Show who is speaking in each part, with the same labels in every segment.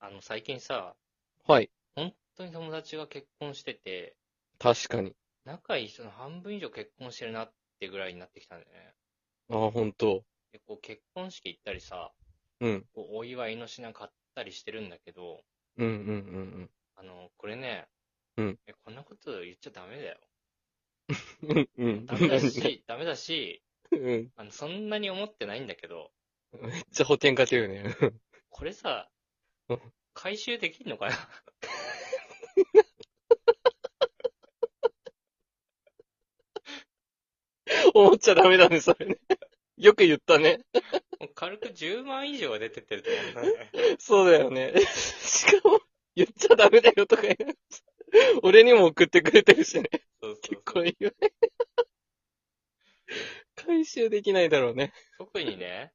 Speaker 1: あの、最近さ、
Speaker 2: はい。
Speaker 1: 本当に友達が結婚してて、
Speaker 2: 確かに。
Speaker 1: 仲いい人の半分以上結婚してるなってぐらいになってきたんだよね。
Speaker 2: ああ、本当。
Speaker 1: で、こう結婚式行ったりさ、
Speaker 2: うん。
Speaker 1: こうお祝いの品買ったりしてるんだけど、
Speaker 2: うんうんうん
Speaker 1: あの、これね、
Speaker 2: うん
Speaker 1: え、こんなこと言っちゃダメだよ。
Speaker 2: うん。うんうん。
Speaker 1: ダメだ し、ダメだし、
Speaker 2: うん。
Speaker 1: あの、そんなに思ってないんだけど、
Speaker 2: めっちゃ補填かけるね。
Speaker 1: これさ
Speaker 2: うん、
Speaker 1: 回収できんのかな
Speaker 2: 思っちゃダメだね、それね。よく言ったね。
Speaker 1: もう軽く10万以上は出てってると思うんだよ ね。
Speaker 2: そうだよね。 しかも、言っちゃダメだよとか言う俺にも送ってくれてるしね。
Speaker 1: そうそうそう
Speaker 2: 結構いいよ ね。回収できないだろうね。
Speaker 1: 特にね、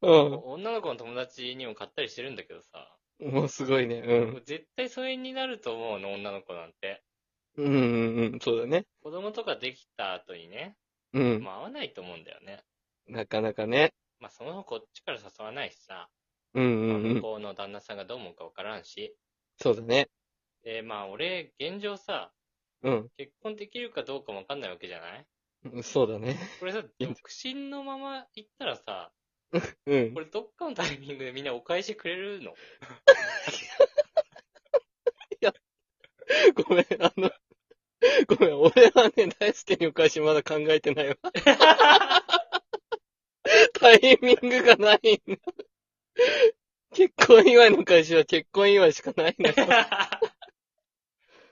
Speaker 2: う
Speaker 1: 女の子の友達にも買ったりしてるんだけどさ、
Speaker 2: ん。もうすごいね。うん。
Speaker 1: 絶対疎遠になると思うの、女の子なんて。
Speaker 2: うんうんうん。そうだね。
Speaker 1: 子供とかできた後にね、
Speaker 2: うん。
Speaker 1: まあ会わないと思うんだよね。
Speaker 2: なかなかね。
Speaker 1: まあその方こっちから誘わないしさ、
Speaker 2: うん
Speaker 1: まあ
Speaker 2: うんう
Speaker 1: 向
Speaker 2: ん。
Speaker 1: こうの旦那さんがどう思うかわからんし。
Speaker 2: そうだね。
Speaker 1: で、まあ俺、現状さ、
Speaker 2: うん。
Speaker 1: 結婚できるかどうかもわかんないわけじゃない
Speaker 2: そうだね。
Speaker 1: これさ、
Speaker 2: いや
Speaker 1: 独身のまま行ったらさ、
Speaker 2: うん
Speaker 1: こ。れどっかのタイミングでみんなお返しくれる の
Speaker 2: ごめん、あの、ごめん、俺はね、大輔にお返しまだ考えてないわ。タイミングがないんだ。結婚祝いの返しは結婚祝いしかないんだ。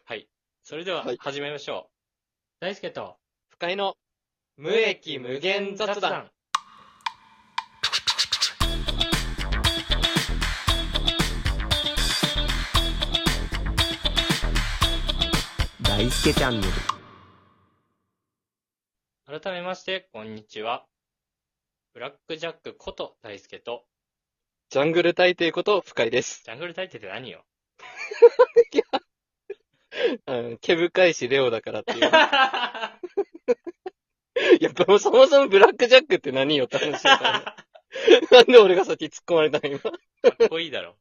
Speaker 1: はい。それでは
Speaker 2: はい
Speaker 1: 始めましょう。大輔と、
Speaker 2: 不快の。
Speaker 1: 無益無限雑談。
Speaker 3: 大輔チャンネル
Speaker 1: 改めまして、こんにちは。ブラックジャックこと大輔と、
Speaker 2: ジャングル大帝こと不快です。
Speaker 1: ジャングル大帝って 何よ
Speaker 2: うん、毛深いし、レオだからっていう。
Speaker 1: あ
Speaker 2: いや、もうそもそもブラックジャックって何よって話だから ねなんで俺が先突っ込まれたの今。い
Speaker 1: かっこいいだろ。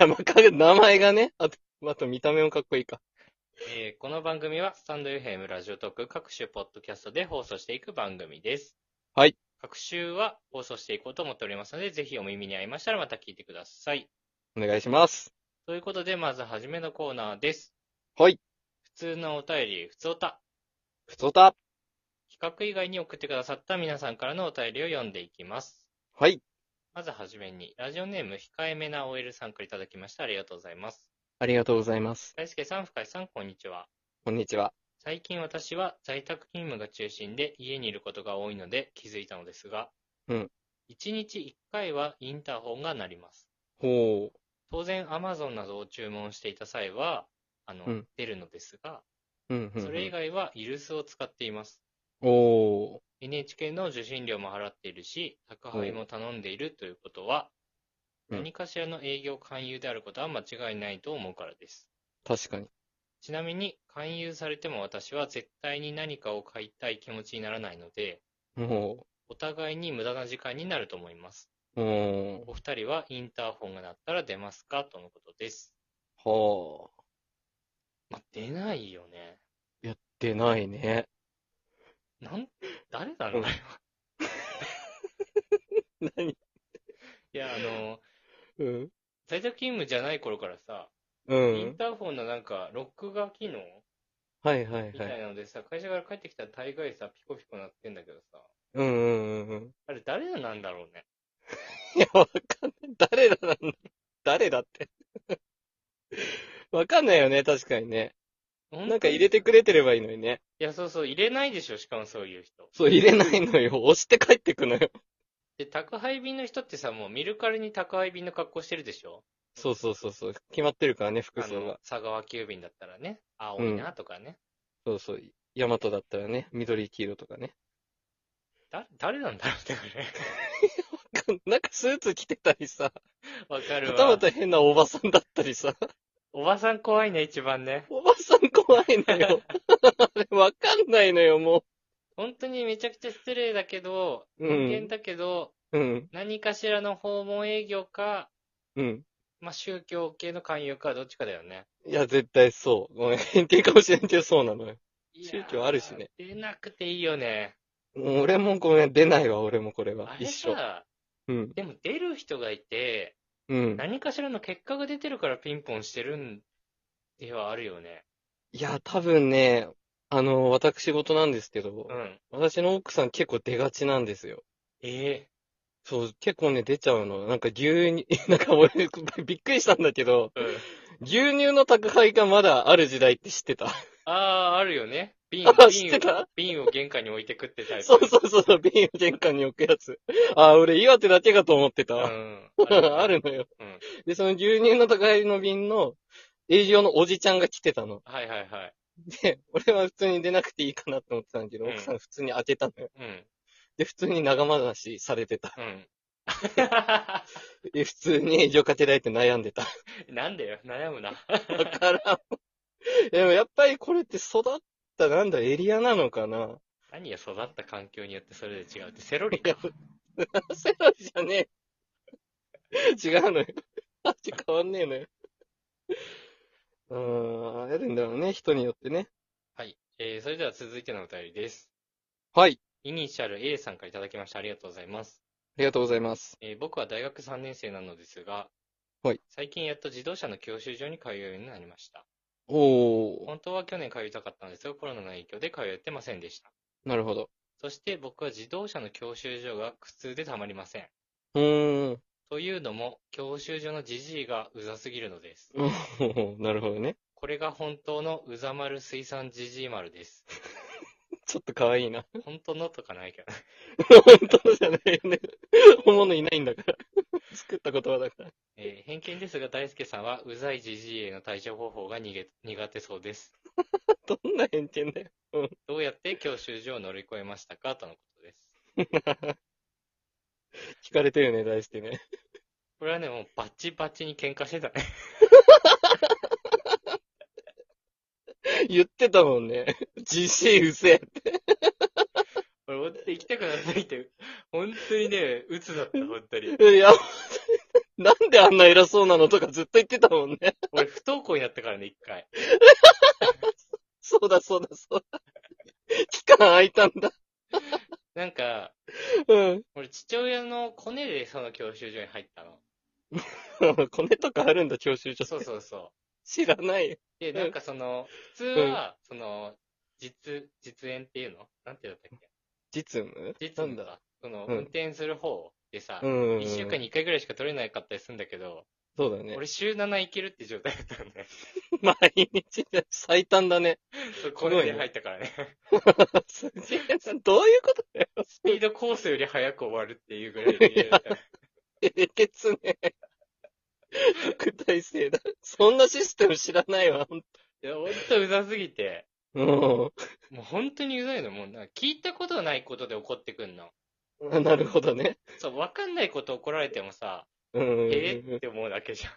Speaker 2: や、まあ、か名前がね、あと、あと見た目もかっこいいか。
Speaker 1: えーこの番組は、スタンド FM ラジオトーク各種ポッドキャストで放送していく番組です。
Speaker 2: はい。
Speaker 1: 各週は放送していこうと思っておりますので、ぜひお耳に合いましたらまた聞いてください。
Speaker 2: お願いします。
Speaker 1: ということで、まずはじめのコーナーです。
Speaker 2: はい。
Speaker 1: 普通のお便り、普通おた。
Speaker 2: ふつおた。
Speaker 1: 企画以外に送ってくださった皆さんからのお便りを読んでいきます。
Speaker 2: はい。
Speaker 1: まずはじめに、ラジオネーム、控えめな OL さんからいただきました。ありがとうございます。
Speaker 2: ありがとうございます。
Speaker 1: 大輔さん、深井さん、こんにちは。
Speaker 2: こんにちは。
Speaker 1: 最近私は在宅勤務が中心で家にいることが多いので気づいたのですが、
Speaker 2: うん
Speaker 1: 1日1回はインターホンが鳴ります。
Speaker 2: ほう。
Speaker 1: 当然 Amazon などを注文していた際は、あの、
Speaker 2: うん
Speaker 1: 出るのですが、
Speaker 2: うんうんうん
Speaker 1: それ以外はイルスを使っています。
Speaker 2: おー。
Speaker 1: NHK の受信料も払っているし、宅配も頼んでいるということは、
Speaker 2: うん
Speaker 1: 何かしらの営業勧誘であることは間違いないと思うからです。
Speaker 2: 確かに。
Speaker 1: ちなみに、勧誘されても私は絶対に何かを買いたい気持ちにならないので、
Speaker 2: も
Speaker 1: お互いに無駄な時間になると思います。
Speaker 2: う、も
Speaker 1: お二人はインターホンが鳴ったら出ますかとのことです。
Speaker 2: う、はあ。
Speaker 1: まあ、出ないよね。
Speaker 2: 出ないね。
Speaker 1: なん、誰だろう な。い
Speaker 2: 何
Speaker 1: や、あの、
Speaker 2: うん。
Speaker 1: 在宅勤務じゃない頃からさ、
Speaker 2: う
Speaker 1: イン
Speaker 2: ん。
Speaker 1: ターホンのなんか、ロックが機能
Speaker 2: はいはい
Speaker 1: み
Speaker 2: は
Speaker 1: たい
Speaker 2: い。
Speaker 1: なのでさ、会社から帰ってきたら大概さ、ピコピコ鳴ってんだけどさ、
Speaker 2: うんうんうんうん。
Speaker 1: あれ誰なんだろうね。
Speaker 2: いや、わかんない。誰だなんだ。誰だって。わかんないよね、確かにね。なんか入れ
Speaker 1: て。
Speaker 2: てくれてればいいのにね。
Speaker 1: いや、そうそう、入れないでしょ、しかもそういう人。
Speaker 2: そう、入れないのよ。押して帰ってくのよ。
Speaker 1: で、宅配便の人ってさ、もう見るからに宅配便の格好してるでしょ
Speaker 2: そうそうそうそう。決まってるからね、服
Speaker 1: あ
Speaker 2: 装
Speaker 1: の
Speaker 2: が。、
Speaker 1: 佐川急便だったらね、青いなとかね。
Speaker 2: そうそう。ヤマトだったらね、緑黄色とかね。
Speaker 1: だ、誰なんだろうってこ
Speaker 2: なんかスーツ着てたりさ、
Speaker 1: れ。わか
Speaker 2: は
Speaker 1: る
Speaker 2: たま
Speaker 1: わ。
Speaker 2: た変なおばさんだったりさ。
Speaker 1: おばさん怖いね、一番ね。
Speaker 2: おばさん怖いのよ。 あれわかんないのよ、も
Speaker 1: 本当にめちゃくちゃ失礼だけど、
Speaker 2: うん
Speaker 1: 人間だけど、
Speaker 2: う。うん、
Speaker 1: 何かしらの訪問営業か、
Speaker 2: うん、
Speaker 1: まあ、宗教系の勧誘かどっちかだよね。
Speaker 2: いや、絶対そう。ごめん、変態かもしれんけど、そうなのよ。
Speaker 1: いやー
Speaker 2: 宗教あるしね。
Speaker 1: 出なくていいよね。
Speaker 2: もう俺もごめん、出ないわ、俺もこれは
Speaker 1: あ。れ
Speaker 2: 一緒。
Speaker 1: さ、
Speaker 2: うん。
Speaker 1: でも出る人がいて、
Speaker 2: うん。
Speaker 1: 何かしらの結果が出てるからピンポンしてるんではあるよね。
Speaker 2: いや、多分ね、あの、私事なんですけど
Speaker 1: う、ん。
Speaker 2: 私の奥さん結構出がちなんですよ。
Speaker 1: ええ
Speaker 2: そう、結構ね、出ちゃうの。なんか牛乳、 なんか俺、びっくりしたんだけど、
Speaker 1: うん。
Speaker 2: 牛乳の宅配がまだある時代って知ってた
Speaker 1: ああ、あるよね。瓶、
Speaker 2: あ知
Speaker 1: 瓶
Speaker 2: って
Speaker 1: を
Speaker 2: た、
Speaker 1: 瓶を玄関に置いてくってタイプ。
Speaker 2: そうそうそうそう、瓶を玄関に置くやつ。あー、俺、岩手だけかと思ってた
Speaker 1: う
Speaker 2: わ。
Speaker 1: ん。
Speaker 2: あるのよ
Speaker 1: うん。
Speaker 2: で、その牛乳の宅配の瓶の営業のおじちゃんが来てたの。
Speaker 1: はいはいはい。
Speaker 2: で、俺は普通に出なくていいかなって思ってたんだけど、
Speaker 1: うん
Speaker 2: 奥さん普通に開けたのよ。
Speaker 1: うん。
Speaker 2: で、普通に長回しされてた。
Speaker 1: うん。
Speaker 2: で、普通に営業かけられて悩んでた。
Speaker 1: なんだよ、悩むな。
Speaker 2: わからん。でもやっぱりこれって育ったなんだエリアなのかな
Speaker 1: 何よ、育った環境によってそれで違うって。セロリ
Speaker 2: いや
Speaker 1: か。
Speaker 2: セロリじゃねえ。違うのよ。味変わんねえのよ。うーん、あるんだろうね、人によってね。
Speaker 1: はい。えー、それでは続いてのお便りです。
Speaker 2: はい、
Speaker 1: イニシャル A さんからいただきました。ありがとうございます。
Speaker 2: ありがとうございます。
Speaker 1: えー僕は大学3年生なのですが、
Speaker 2: はい
Speaker 1: 最近やっと自動車の教習所に通うようになりました。
Speaker 2: おー、
Speaker 1: 本当は去年通いたかったんですが、コロナの影響で通ってませんでした。
Speaker 2: なるほど。
Speaker 1: そして僕は自動車の教習所が苦痛でたまりません。
Speaker 2: うーん、
Speaker 1: というのも、教習所のじじいがうざすぎるのです。
Speaker 2: うんなるほどね。
Speaker 1: これが本当のうざ丸水産じじい丸 です。
Speaker 2: ちょっと可愛いな。
Speaker 1: 本当のとかないけど。
Speaker 2: 本当じゃないよね。本物いないんだから。作った言葉だから。
Speaker 1: えー偏見ですが、大輔さんはうざいじじいへの対処方法が逃げ苦手そうです。
Speaker 2: どんな偏見だよ。
Speaker 1: どうやって教習所を乗り越えましたかとのことです。
Speaker 2: 聞かれてるね、大好きね。
Speaker 1: これはね、もうバチバチに喧嘩してたね。
Speaker 2: 言ってたもんね。自信うせ
Speaker 1: 俺、ほんと行きたくなさいって、本当にね、鬱だった、本当に。
Speaker 2: え。いや、なんであんな偉そうなのとかずっと言ってたもんね。
Speaker 1: 俺、不登校になったからね、一回。
Speaker 2: そうだ、そうだ、そうだ。期間空いたんだ。
Speaker 1: なんか、
Speaker 2: うん。
Speaker 1: 俺、父親のコネでその教習所に入ったの。
Speaker 2: コネとかあるんだ、教習所。
Speaker 1: そうそうそう。
Speaker 2: 知らないよ。
Speaker 1: で、
Speaker 2: うん
Speaker 1: なんかその、普通は、その、実、実演っていうのなんていうんだったっ
Speaker 2: 実務
Speaker 1: け実
Speaker 2: な
Speaker 1: 務
Speaker 2: んだ。
Speaker 1: か。その、
Speaker 2: うん
Speaker 1: 運転する方でさ、
Speaker 2: うん。
Speaker 1: 一週間に一回ぐらいしか取れなかったりするんだけど、
Speaker 2: そうだね。
Speaker 1: 俺週7行けるって状態だったんで、
Speaker 2: 毎日で最短 だね。
Speaker 1: そうコネで入ったからね。
Speaker 2: すげえなどういうことだよ。
Speaker 1: スピードコースより早く終わるっていうぐ らいで、
Speaker 2: えげつね。特待生だ。そんなシステム知らないわ、ほんと
Speaker 1: いや、ほんとうざすぎて、
Speaker 2: うん。
Speaker 1: もう本当にうざいの、もうなんか聞いたことないことで怒ってくんの。
Speaker 2: あなるほどね。
Speaker 1: そう、わかんないこと怒られてもさ、
Speaker 2: うんうんうん
Speaker 1: えーって思うだけじゃん。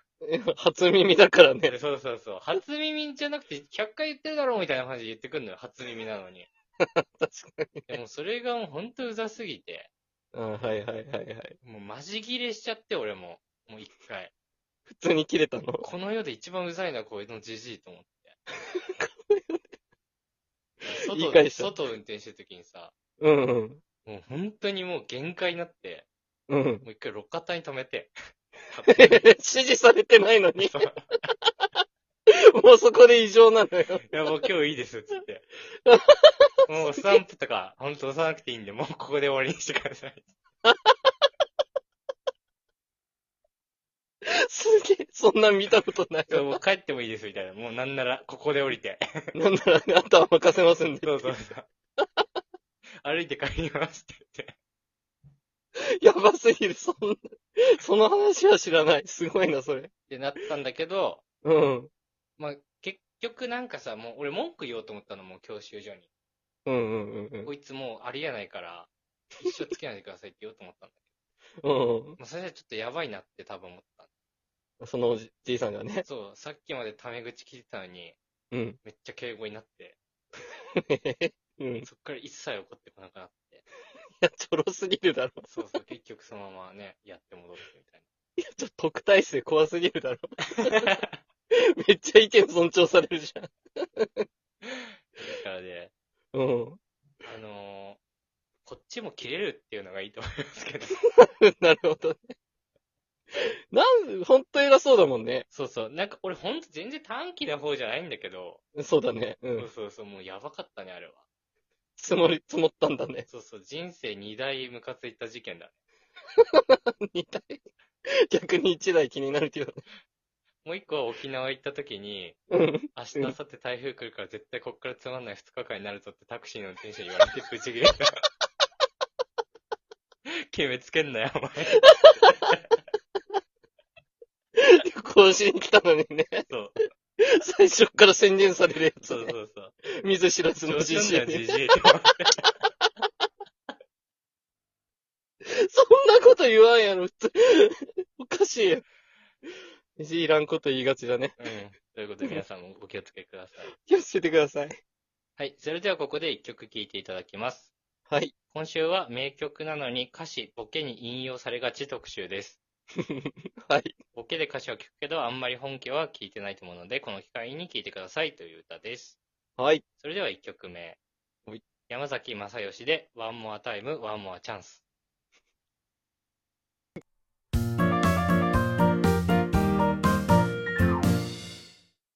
Speaker 2: 初耳だからね。
Speaker 1: でそうそうそう。初耳じゃなくて、100回言ってるだろうみたいな感じで言ってくんのよ。初耳なのに。
Speaker 2: 確かに。
Speaker 1: でもそれがもうほんとうざすぎて、
Speaker 2: あはいはいはいはい。
Speaker 1: もうマジギレしちゃって、俺も。もう一回。
Speaker 2: 普通に切れたの。
Speaker 1: この世で一番うざいのはこういうのじじいと思 って。外
Speaker 2: 言い返した
Speaker 1: 外を運転してる時にさ、
Speaker 2: うんうん。
Speaker 1: もう本当にもう限界になって、
Speaker 2: うん。
Speaker 1: もう一回路肩に止めて。
Speaker 2: 指示されてない のに、
Speaker 1: そう い
Speaker 2: もうそこで異常なのよ。
Speaker 1: や、もう今日いいです、つ って。もうスタンプとか、ほんと押さなくていいんで、もうここで終わりにしてください。
Speaker 2: すげえ、そんなん見たことない
Speaker 1: そう
Speaker 2: わ。
Speaker 1: もう帰ってもいいです、みたいな。もうなんなら、ここで降りて。
Speaker 2: なんならね、あとは任せますんで。
Speaker 1: そうそうそう。 歩いて帰りますって
Speaker 2: やばすぎる、そんな。 その話は知らない。すごいな、それ。
Speaker 1: 言って。ってなったんだけど、
Speaker 2: うん。
Speaker 1: まあ、結局なんかさ、もう俺文句言おうと思ったの、もう教習所に。
Speaker 2: うんうんうんうん
Speaker 1: こいつもうありえないから、一生つけないでくださいって言おうと思ったんだ
Speaker 2: うん
Speaker 1: けど。まあ、それじゃちょっとやばいなって多分思ったん
Speaker 2: うん。そのおじじいさんがね
Speaker 1: だ。。そう、さっきまでタメ口聞いてたのに、
Speaker 2: うん。
Speaker 1: めっちゃ敬語になって、
Speaker 2: うん。い
Speaker 1: そっから一切怒ってこなくなって。
Speaker 2: や、ちょろすぎるだろ。
Speaker 1: そうそう、結局そのままね、やって戻ってみたい
Speaker 2: いや、ちょっと特待生怖すぎるだろ。 めっちゃ意見尊重されるじゃん。
Speaker 1: だからね、
Speaker 2: うん。
Speaker 1: あのーこっちも切れるっていうのがいいと思いますけど。
Speaker 2: なるほどね。なん、ほんと偉そうだもんね。
Speaker 1: そうそう。なんか俺ほんと全然短期な方じゃないんだけど、
Speaker 2: そうだね。う。
Speaker 1: そうんそうそう、もうやばかったね、あれは。
Speaker 2: 積もり、積もったんだね。
Speaker 1: そうそう、人生2大ムカついた事件だ。
Speaker 2: 二体。逆に一台気になるけどね。
Speaker 1: もう一個は沖縄行った時に、
Speaker 2: うん。
Speaker 1: 明日、明後日台風来るから絶対こっからつまんない2日間になるぞってタクシーの運転手に言われ てブチギレた。決めつけんなよ、お前。
Speaker 2: 旅行しに来たのにね。
Speaker 1: そう。
Speaker 2: 最初っから宣言されるやつ
Speaker 1: そう
Speaker 2: ね。
Speaker 1: そうそう。
Speaker 2: 見ず知らずのじ
Speaker 1: 調子
Speaker 2: じい
Speaker 1: 乗んなよ
Speaker 2: に。
Speaker 1: ジジイって思って
Speaker 2: そんなこと言わんやろ、普通。 おかしいよ。いらんこと言いがちだね。
Speaker 1: うん。ということで皆さんもお気をつけください。
Speaker 2: 気をつけてください。
Speaker 1: はい。それではここで一曲聴いていただきます。
Speaker 2: はい。
Speaker 1: 今週は名曲なのに歌詞、ボケに引用されがち特集です。
Speaker 2: はい。
Speaker 1: ボケで歌詞は聞くけど、あんまり本家は聞いてないと思うので、この機会に聞いてくださいという歌です。
Speaker 2: はい。
Speaker 1: それでは1曲目
Speaker 2: はい。
Speaker 1: 山崎正義で、One More Time, One More Chance。